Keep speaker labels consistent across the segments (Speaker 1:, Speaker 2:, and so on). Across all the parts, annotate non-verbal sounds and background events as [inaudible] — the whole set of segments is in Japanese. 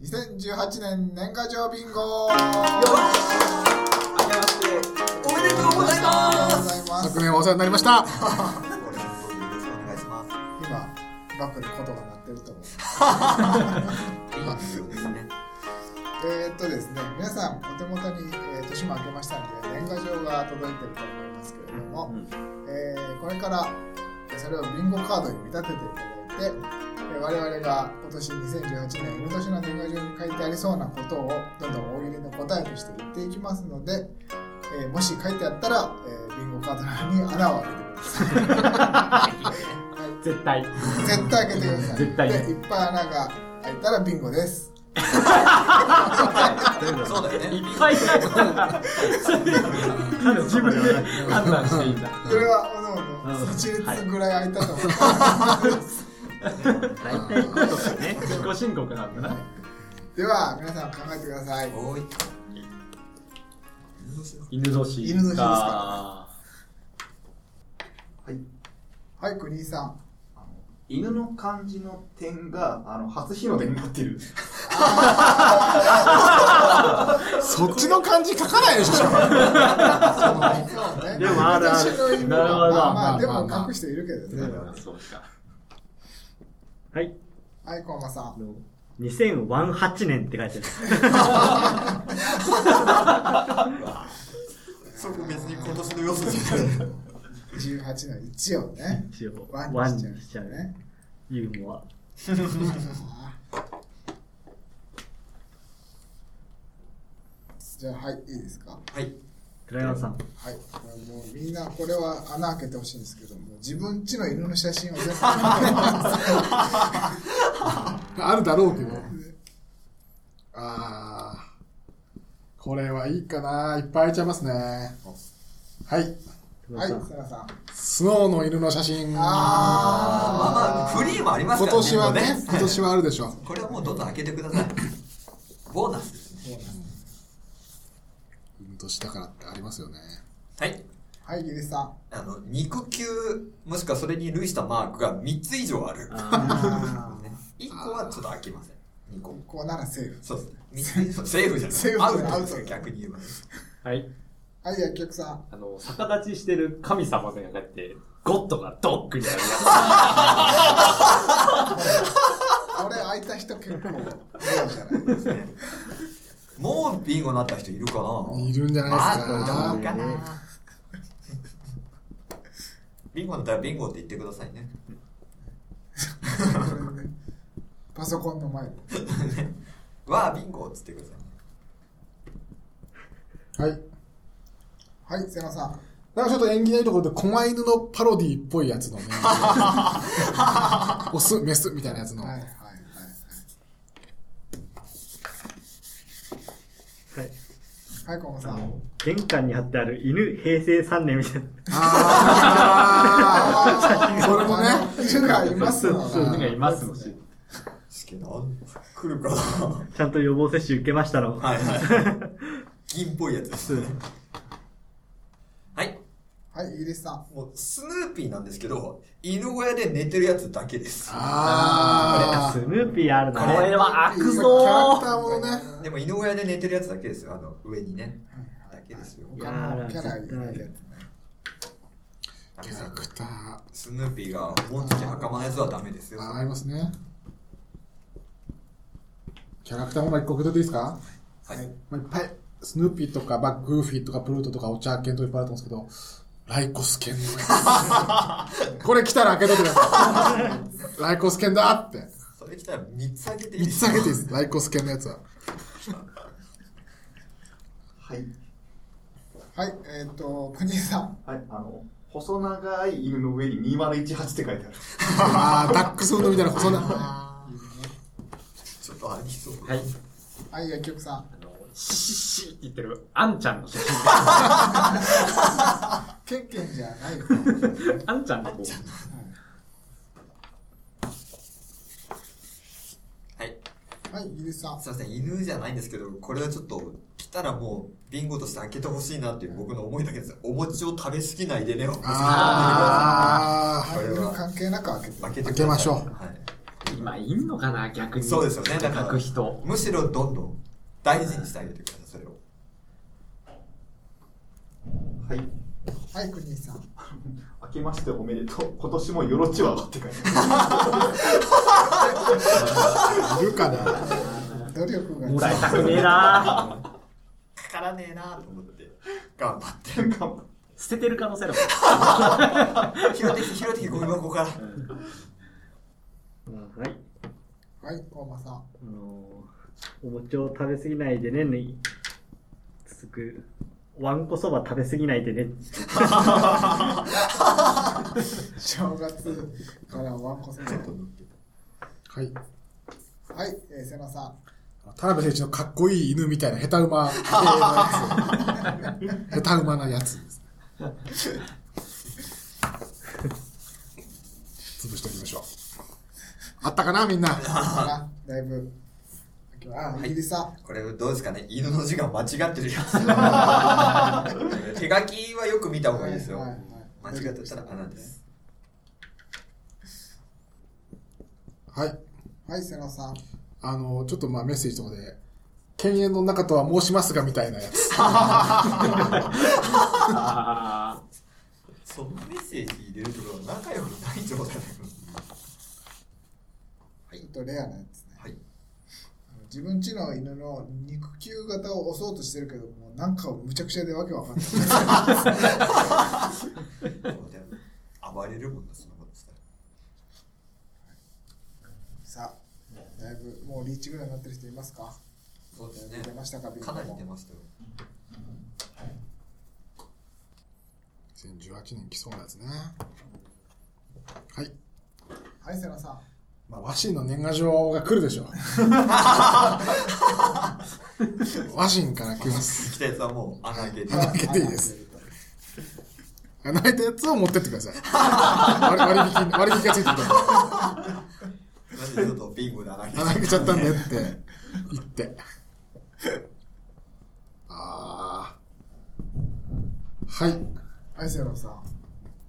Speaker 1: 2018年年賀状ビンゴ
Speaker 2: よし明けましておめでとうございます
Speaker 3: 昨年はお世話になりました。
Speaker 2: これ本当によろしくお願いします
Speaker 1: 今バックで琴が鳴ってると
Speaker 3: [laughs]
Speaker 1: 思う
Speaker 2: そうですね
Speaker 1: えー、っとですね皆さんお手元に、えー年も明けましたので年賀状が届いてると思いますけれども、えーこれからえーそれをビンゴカードに見立てていただいて、えー我々が今年2018年今年の年賀状に書いてありそうなことをどんどん大喜利の答えとして言っていきますので、えーもし書いてあったら、えービンゴカードの中に穴を開けてくだ
Speaker 4: [laughs]
Speaker 1: さい
Speaker 4: 絶対。
Speaker 1: 絶対開けてください
Speaker 4: 絶対ね
Speaker 1: でいっぱい穴が開いたらビンゴです
Speaker 2: そうだよね
Speaker 4: いっぱいいない。自分で判断していいんだ。
Speaker 1: これはおのおの
Speaker 4: うん
Speaker 1: 一列ぐらい開いたと思う、
Speaker 5: 大体こういうことだね。
Speaker 4: 自己申告なんだな。
Speaker 1: [laughs] では皆さん考えてください
Speaker 2: おい
Speaker 4: 犬年。
Speaker 1: 犬年で
Speaker 4: か
Speaker 1: すか。はい国井さん
Speaker 6: 犬の漢字の点があの初日の出になってる。
Speaker 3: そっちの漢字書かないでしょ。
Speaker 1: そうね
Speaker 5: でもあるある
Speaker 1: 私の意味
Speaker 4: なるほど
Speaker 1: まあまあで
Speaker 3: まあ
Speaker 1: も
Speaker 3: まあ
Speaker 1: 書く人いるけどね
Speaker 4: そうか。はい。
Speaker 1: はいコウマさん
Speaker 5: 2018年って書いてあ
Speaker 2: そこ別に今年の要素じゃない
Speaker 1: 18の1をね
Speaker 5: る。一応、
Speaker 1: ワ
Speaker 5: ワ
Speaker 1: ン
Speaker 5: ン
Speaker 1: に
Speaker 5: に
Speaker 1: し
Speaker 5: し
Speaker 1: ち
Speaker 5: ち
Speaker 1: ゃ
Speaker 5: ゃ
Speaker 1: う
Speaker 5: う
Speaker 1: ね
Speaker 5: ね。ユーモア。
Speaker 1: じゃあはいいいですか
Speaker 2: [laughs] はい
Speaker 5: 寺山さん。
Speaker 1: はいもうみんなこれは穴開けてほしいんですけども自分家の犬の写真を全部
Speaker 3: あるだろうけど。あー。これはいいかな。いっぱい開いちゃいますね。はい。
Speaker 5: 寺
Speaker 1: はい
Speaker 5: 山
Speaker 1: サ
Speaker 5: さん。
Speaker 1: ラさん
Speaker 3: スノーの犬の写真。
Speaker 2: まあ
Speaker 1: あ
Speaker 2: まあフリーもあります
Speaker 3: 今
Speaker 2: からね
Speaker 3: 年はね
Speaker 2: もう、
Speaker 3: 今年はあるでしょ。
Speaker 2: これはもうどんどん開けてくださいボーナスですね
Speaker 3: 犬年だからってありますよね。
Speaker 2: はい
Speaker 1: ーはいギリさん
Speaker 2: あの肉球もしくはそれに類したマークが3つ以上ある
Speaker 5: あ
Speaker 1: あ
Speaker 2: 1個はちょっと開きません2個
Speaker 1: ーこうならセーフ
Speaker 2: そうですね3つ以上セー [laughs] フじゃない
Speaker 1: セーフ
Speaker 2: アウト
Speaker 1: アウ
Speaker 2: で
Speaker 1: ト
Speaker 2: すよ逆に言えばす
Speaker 4: はい。
Speaker 1: はい薬局さん
Speaker 4: あの、逆立ちしてる神様がかって、ゴッドがドッグにあるや
Speaker 1: これ開いた人結構多いじゃない
Speaker 2: もうビンゴになった人いるかない
Speaker 3: るんじゃないです
Speaker 2: あ
Speaker 3: か
Speaker 2: どう。かなビンゴだったらビンゴって言ってくださいね [laughs]
Speaker 1: これねパソコンの前で
Speaker 2: わあビンゴっつってくださいね
Speaker 3: はい。
Speaker 1: はい瀬野さん
Speaker 3: なんかちょっと縁起のいいところで、狛犬のパロディっぽいや
Speaker 2: [laughs]
Speaker 3: つのね。オス、メスみたいなやつの。
Speaker 1: はいはいはい
Speaker 5: ーはい。
Speaker 1: はいコウマさん
Speaker 5: 玄関に貼ってある犬平成3年みたいな。
Speaker 3: あ
Speaker 1: あ
Speaker 3: それもね
Speaker 1: あの犬がいますの
Speaker 4: つ。そういうのが
Speaker 1: ね。
Speaker 4: いますのし。
Speaker 2: 好きな来るかな
Speaker 5: ちゃんと予防接種受けました
Speaker 3: [laughs]
Speaker 5: の。
Speaker 2: はいはい。銀っぽいやつですね。はい。
Speaker 1: はい、イギリスさん。
Speaker 2: もう、スヌーピーなんですけど、犬小屋で寝てるやつだけです。
Speaker 3: あ
Speaker 5: スヌーピーある
Speaker 4: こ
Speaker 5: な。
Speaker 4: れは
Speaker 1: キ
Speaker 4: 悪
Speaker 1: ャラ
Speaker 4: ぞ
Speaker 1: クターものね。
Speaker 2: でも、犬小屋で寝てるやつだけですよ。あの、上にね。だけですよ。
Speaker 1: 他のキャラいないや
Speaker 3: ーキャラクター。
Speaker 2: スヌーピーが、もんじき袴のやつはダメですよ。
Speaker 3: あーありますね。キャラクターもま一個受け取っていいですか
Speaker 2: はい。
Speaker 3: まあ、いっぱい、スヌーピーとか、バッグーフィーとか、プルートとか、お茶犬とかいっぱいあると思うんですけど、ライコス犬のや
Speaker 2: [laughs]
Speaker 3: つこれ来たら開けといてください。ライコス犬だって。
Speaker 2: それ来たら3つあげていいで
Speaker 3: 3つ
Speaker 2: す
Speaker 3: あげていいです。ライコス犬のやつは。
Speaker 6: はい。
Speaker 1: つ。はい、えっと、国井さん。
Speaker 6: はい。あの、細長い犬の上に2018って書いてある。
Speaker 3: ああ、ダックスフンドみたいな
Speaker 2: [laughs]
Speaker 3: 細な。
Speaker 2: ちょっとありそう。
Speaker 4: はい。
Speaker 1: はい、薬局さん。
Speaker 4: あの、シシシって言ってる、あんちゃんの写真。
Speaker 1: ケンケンじゃないよ。
Speaker 4: あんちゃんのこう、
Speaker 2: はい。
Speaker 1: はい、イギリスさん。
Speaker 2: すいません、犬じゃないんですけど、これはちょっと、来たらもう、ビンゴとして開けてほしいなっていう僕の思いだけです。お餅を食べ過ぎないでね。
Speaker 3: あ
Speaker 1: はい、
Speaker 2: これは
Speaker 1: 犬関係なく開けて。
Speaker 2: 開けてください
Speaker 3: 開けましょう
Speaker 2: はい。
Speaker 1: 犬
Speaker 4: まあ、いんのかな、逆に。
Speaker 2: そうですよねだから
Speaker 4: 書く人。
Speaker 2: むしろどんどん大事にしてあげてください、それを。
Speaker 6: はい。
Speaker 1: はい、国井さん。
Speaker 6: 明けましておめでとう。今年もよろちはって書いてある。
Speaker 3: いるかな
Speaker 1: 努力が
Speaker 4: もらいたくねえな
Speaker 2: かからねえなと思って、頑張って。
Speaker 6: 変換
Speaker 4: 捨ててる可能性あるもん
Speaker 2: 拾ってきて、拾ってきて、ゴミ箱から。
Speaker 5: はい。
Speaker 1: はい、大間さん。
Speaker 5: あのーお餅を食べ過ぎないでねに続く、わんこそば食べ過ぎないでね。
Speaker 1: 正月からワンコ戦争
Speaker 3: はい。
Speaker 1: はい、えー、瀬名さん。
Speaker 3: 田辺選手のかっこいい犬みたいな下手馬系のやつ。下手馬なやつですね。潰しておきましょう。あったかなみんな。
Speaker 1: あら、だいぶ。あ、イギリスさん。
Speaker 2: これどうですかね犬の字が間違ってるや [laughs] つ。手書きはよく見た方がいいですよ。
Speaker 1: はいはいはい
Speaker 2: 間違ってたら穴です。
Speaker 3: はい。
Speaker 1: はい、瀬野さん。
Speaker 3: あの、ちょっとまあメッセージとかで、犬猿の中とは申しますがみたいなやつ。
Speaker 4: あ
Speaker 2: そのメッセージ入れるところは仲良くない状態だ
Speaker 1: ちょっとレアなやつね。
Speaker 2: はい
Speaker 1: 自分家の犬の肉球型を押そうとしてるけども、なんかむちゃくちゃでわけわかんない。
Speaker 2: から。暴れるもんな、そのことしたら。
Speaker 1: さあ、だいぶもうリーチぐらいになってる人いますか
Speaker 2: そうです
Speaker 1: 出ま
Speaker 2: ね。
Speaker 1: したか、ビンゴ
Speaker 2: か
Speaker 1: も
Speaker 2: なり出ましたよ。
Speaker 3: 2018年来そうなやつね。はい。
Speaker 1: はい、瀬野さん。
Speaker 3: まあ、和紙の年賀状が来るでしょう。和紙から来ます。
Speaker 2: 北谷さんも穴開けて。
Speaker 3: 開けていいです。泣いたやつを持ってってください。割割引、割引がついてるから。
Speaker 2: マジでちょっとビンゴで穴開け
Speaker 3: 穴開けちゃったんでって言って。ああ。はい。
Speaker 1: はい、瀬野さん。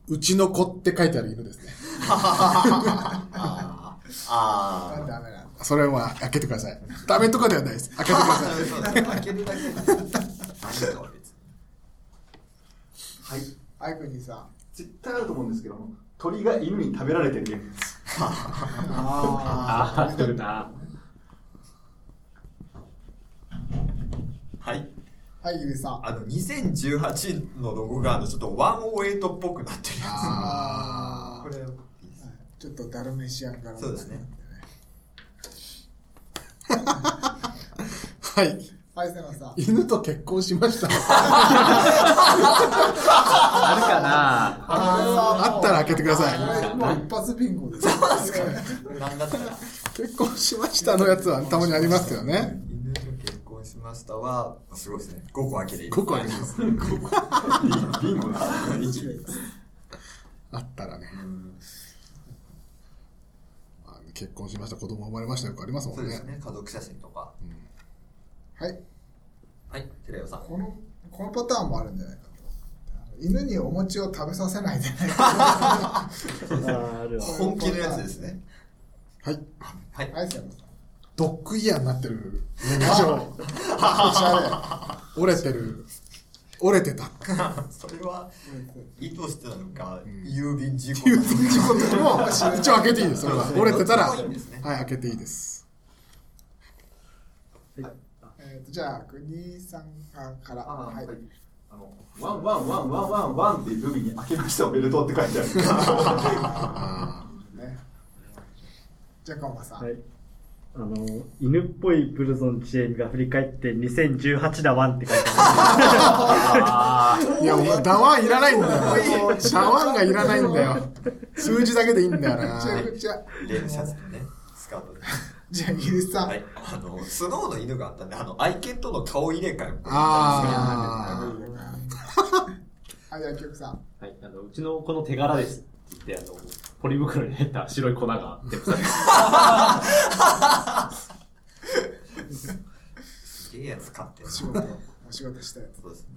Speaker 3: うちの子って書いてある犬ですね。
Speaker 2: あ
Speaker 1: あ、
Speaker 2: あ
Speaker 1: ダメなんだ。
Speaker 3: それは開けてください。ダメとかではないです。開けてくだ
Speaker 2: [laughs]
Speaker 3: さい。
Speaker 2: ー。開けるだけだ。何とは別に。
Speaker 6: はい。
Speaker 1: はい、国井さん。
Speaker 6: 絶対あると思うんですけど、あの鳥が犬に食べられてるやつ。
Speaker 1: あ
Speaker 4: あ、あるな
Speaker 2: はい。
Speaker 1: はい、イギリスさん。
Speaker 2: あの、2018のロゴが、あの、ちょっとワンオエイトっぽくなってるや
Speaker 3: あ
Speaker 2: つ。これ、
Speaker 1: ちょっとダルメシアンから
Speaker 2: そうですね。
Speaker 3: ーはい。
Speaker 1: はい、瀬野さん。
Speaker 3: 犬と結婚しました。
Speaker 4: あるかな
Speaker 1: あ
Speaker 3: あったら開けてください。
Speaker 1: これもう一発ビンゴです。
Speaker 2: なんだったら、
Speaker 3: 結婚しましたのやつはたまにありますよね。
Speaker 2: 犬と結婚しましたは、すごいですね。5個開けていい
Speaker 3: ここあります。
Speaker 6: ビンゴだ。
Speaker 3: あったらね。まあ結婚しました、子供生まれましたよくありますも
Speaker 2: そうんで
Speaker 3: ね
Speaker 2: す。ね。家族写真とか。
Speaker 1: はい、
Speaker 2: はい、寺代さん。
Speaker 1: この、このパターンもあるんじゃないかと。犬にお餅を食べさせないでね。
Speaker 5: あるわ。
Speaker 2: 本気のやつですね。
Speaker 3: はい。
Speaker 2: はい。
Speaker 1: はい、瀬野さん。
Speaker 3: ドッグイヤーになってる年賀状。
Speaker 1: おしゃ
Speaker 3: 折れてる。折れてた。
Speaker 2: [laughs] それは、
Speaker 1: れ。
Speaker 2: 意図してなのか、郵便事故
Speaker 3: 言
Speaker 2: な
Speaker 3: う
Speaker 2: の
Speaker 3: と
Speaker 2: か。
Speaker 3: きことでも、一応開けていいです。それは折れてたら、
Speaker 2: どっ
Speaker 3: は
Speaker 2: ちでもいいんですね
Speaker 3: い、開けていいです。
Speaker 1: えー、とじゃあ、国さんから。
Speaker 6: あ
Speaker 1: はい。
Speaker 6: はいあのワンワンワンワンワンワンっていう部に明けましておめでとうって書いてある。
Speaker 3: あ
Speaker 1: ね、じゃあ、コンマさん。
Speaker 5: はい。あのー犬っぽいブルゾン知恵が振り返って2018だわんって書いて
Speaker 7: [laughs]
Speaker 5: あ
Speaker 3: ーいや、もうダワンいらないんだよ。ダワンがいらないんだよ。数字だけでいいんだよ
Speaker 1: めちゃ
Speaker 3: な。
Speaker 1: くちゃ。
Speaker 2: レームシャツとね、スカートで。
Speaker 1: じゃあ、イギリスさん。
Speaker 2: はい。あの、スノーの犬があったんで、あの、愛犬との顔入れ替えをやったんですけど。
Speaker 3: あー
Speaker 1: はい、じゃあ、曲さん。
Speaker 7: はい、あの、うちの子の手柄ですって言って、あの、ポリ袋に入った白い粉が添付されて
Speaker 2: すげえやつ買ってるな。
Speaker 1: 仕事、お仕事したやつ。
Speaker 2: そうですね。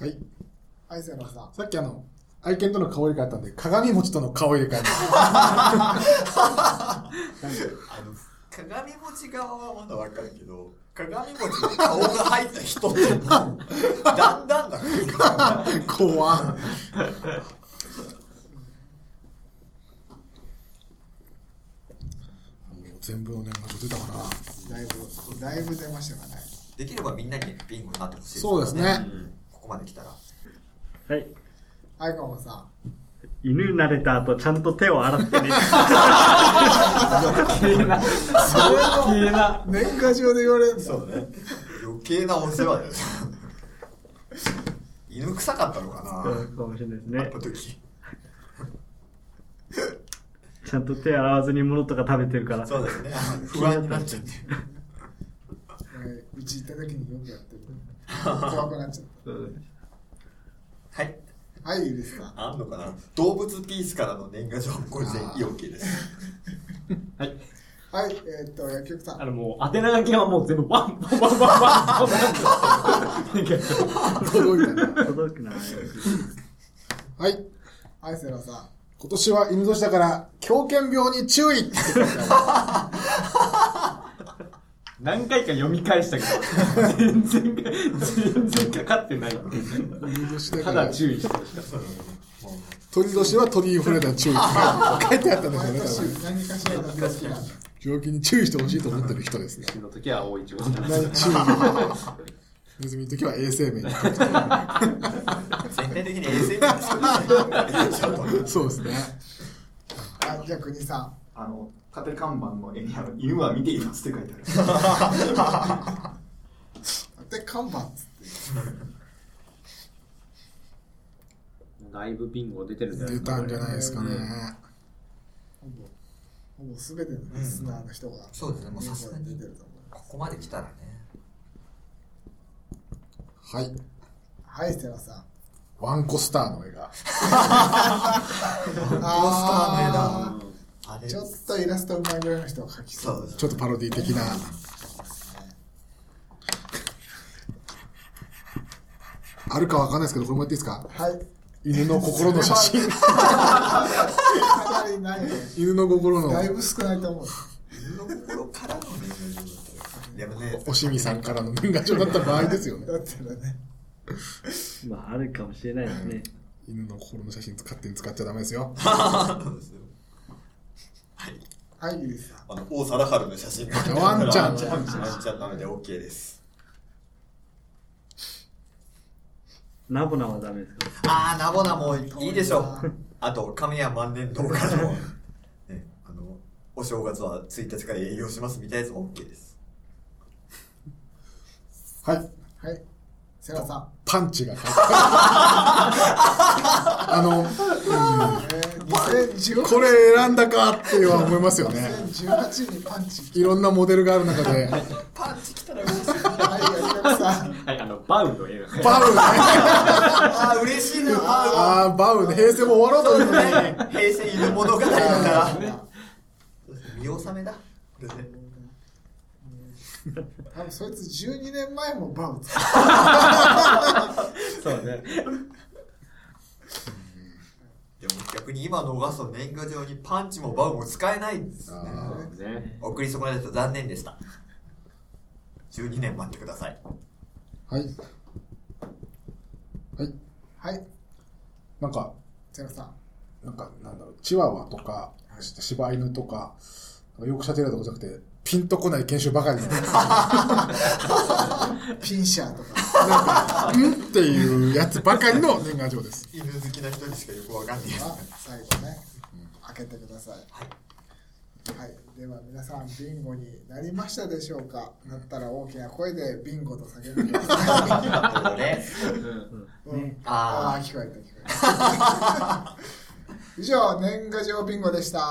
Speaker 3: はい。
Speaker 1: はい、瀬野さん。
Speaker 3: さっきあの、愛犬との顔入れ替えたんで、鏡餅との顔入れ替えた。
Speaker 2: あの鏡餅側はまだわかるけど鏡餅の顔が入った人って [laughs] もうだんだんだから
Speaker 3: [laughs] 怖もう全部の年賀状出たかな。
Speaker 1: だいぶだいぶ出ましたかね
Speaker 2: できればみんなにビンゴになってほしい、
Speaker 3: そうですね
Speaker 2: うんここまで来たら
Speaker 5: [laughs] はい。
Speaker 1: アイコンさ
Speaker 5: 犬慣れた後、ちゃんと手を洗ってね。
Speaker 7: 消えな。消えな。
Speaker 1: ん年賀状で言われるんだ
Speaker 2: そうだね余計なお世話だよね犬臭かったのかな
Speaker 5: かもしれないですね
Speaker 2: あ。の時
Speaker 5: ちゃんと手洗わずに物とか食べてるから。
Speaker 2: そうですね不安になっちゃって
Speaker 1: えーうち行った時によくやってる怖くなっちゃっ
Speaker 5: うん
Speaker 2: はい
Speaker 1: たはいいいですか
Speaker 2: あんのかな動物ピースからの年賀状これ全員 OK です
Speaker 7: はい。
Speaker 1: はいえーっと薬局さん
Speaker 7: あの、もう、宛名書きはもう全部、ワン、ワン、ワン、ワン、
Speaker 3: 届いたね。
Speaker 5: 届くな。
Speaker 3: はい。
Speaker 1: はいセラさ
Speaker 3: 今年は犬年だから、狂犬病に注意って書いてあ
Speaker 7: 何回か読み返したけど、全然、全然かかってない。
Speaker 3: る。犬年だ
Speaker 7: た
Speaker 3: か
Speaker 7: だ
Speaker 3: ら、
Speaker 7: 注意してほしかっ
Speaker 3: 鳥年は鳥インフルエンザに注意って書いてあったん
Speaker 1: ん
Speaker 3: ですよ
Speaker 1: 毎
Speaker 3: ね、
Speaker 1: 年
Speaker 3: 多分
Speaker 1: 何かしらの病気なんだ
Speaker 3: 病気に注意してほしいと思ってる人ですね。
Speaker 7: た。の時は大一号じゃない。
Speaker 3: 何 [laughs] 注意ネズミの時は衛生面に書いてあ
Speaker 2: 全体的に [laughs] SNS ですよね
Speaker 3: るそうですね。
Speaker 1: あじゃあ国さん
Speaker 6: あの、縦看板の絵にある犬は見ていますって書いてある。
Speaker 1: で看板っつって
Speaker 7: だいぶビンゴ出てるんじゃない
Speaker 3: 出たんじゃないですかね。
Speaker 1: ほぼほぼ全てのリスナーの人が、
Speaker 2: そうですねもうさすがに
Speaker 1: 出てると思う
Speaker 2: ここまで来たらね
Speaker 3: はい。
Speaker 1: はいセラさん
Speaker 3: ワンコスターの絵が。
Speaker 1: あ
Speaker 2: ポスターの絵だあれ
Speaker 1: ちょっとイラストうまいぐらいの人が描きそ
Speaker 2: そううです
Speaker 3: ちょっとパロディ的な。あるかわかんないですけど、これもやっていいですか
Speaker 1: はい
Speaker 3: 犬の心の写
Speaker 1: [laughs]
Speaker 3: 真。
Speaker 1: かなりないね
Speaker 3: 犬の心の
Speaker 1: だいぶ少ないと思う
Speaker 2: 自分の心からの年賀状だったよでもね
Speaker 3: おしみさんからの年賀状だった場合ですよね
Speaker 1: だ。ったらね
Speaker 5: まあ、あるかもしれないですね。
Speaker 3: 犬の心の写真勝手に使っちゃダメですよ。
Speaker 2: そうですよはい
Speaker 1: はいいいですか
Speaker 2: あの王貞治の写真が
Speaker 3: ワンちゃん
Speaker 2: ワンちゃんワンちゃんなので OK です
Speaker 5: ナボナはダメですか
Speaker 2: ああ、ナボナもいいでし [laughs] ょう。あと、亀屋万年堂からも、ね、あの、お正月は1日から営業しますみたいなやつも OK です。
Speaker 3: はい。
Speaker 1: はいセラさん
Speaker 3: パンチが書いてある [laughs] あ
Speaker 1: えー2018
Speaker 3: の、これ選んだかっては思いますよね。
Speaker 1: 2018にパンチ
Speaker 3: いろんなモデルがある中で、
Speaker 2: パンチ来たら嬉しい。
Speaker 1: はい薬局さん
Speaker 7: はい、あの、バウの映画。
Speaker 3: バウね。
Speaker 2: ああ、嬉しいな。あ
Speaker 3: ああ、バウね。平成も終わろうと
Speaker 2: ー
Speaker 3: 思って
Speaker 2: ね平成犬物語だから。見納めだ。これね
Speaker 1: 多分そいつ12年前もバウ使っ
Speaker 7: そうね。
Speaker 2: でも逆に今逃すと年賀状にパンチもバウも使えないんですね。
Speaker 7: ね。
Speaker 2: 送り損なれたと残念でした。12年待ってください。
Speaker 3: はい。はい。
Speaker 1: はい
Speaker 3: なんか、
Speaker 1: セラさん
Speaker 3: なんか、なんだろう、チワワとか、柴犬とか、ヨークシャテリアとかじゃなくて、ピンとこない研修ばかりの、
Speaker 1: ピンシャーとか
Speaker 3: うんっていうやつばかりの年賀状です。
Speaker 2: 犬好きな人にしかよくわかんないです。
Speaker 1: は最後ね開けてくださいはい、では皆さんビンゴになりましたでしょうかなったら大きな声でビンゴと叫んでください
Speaker 2: あとね。
Speaker 1: うん [laughs]
Speaker 2: あ
Speaker 1: ああ聞こえた聞こえた以上年賀状ビンゴでした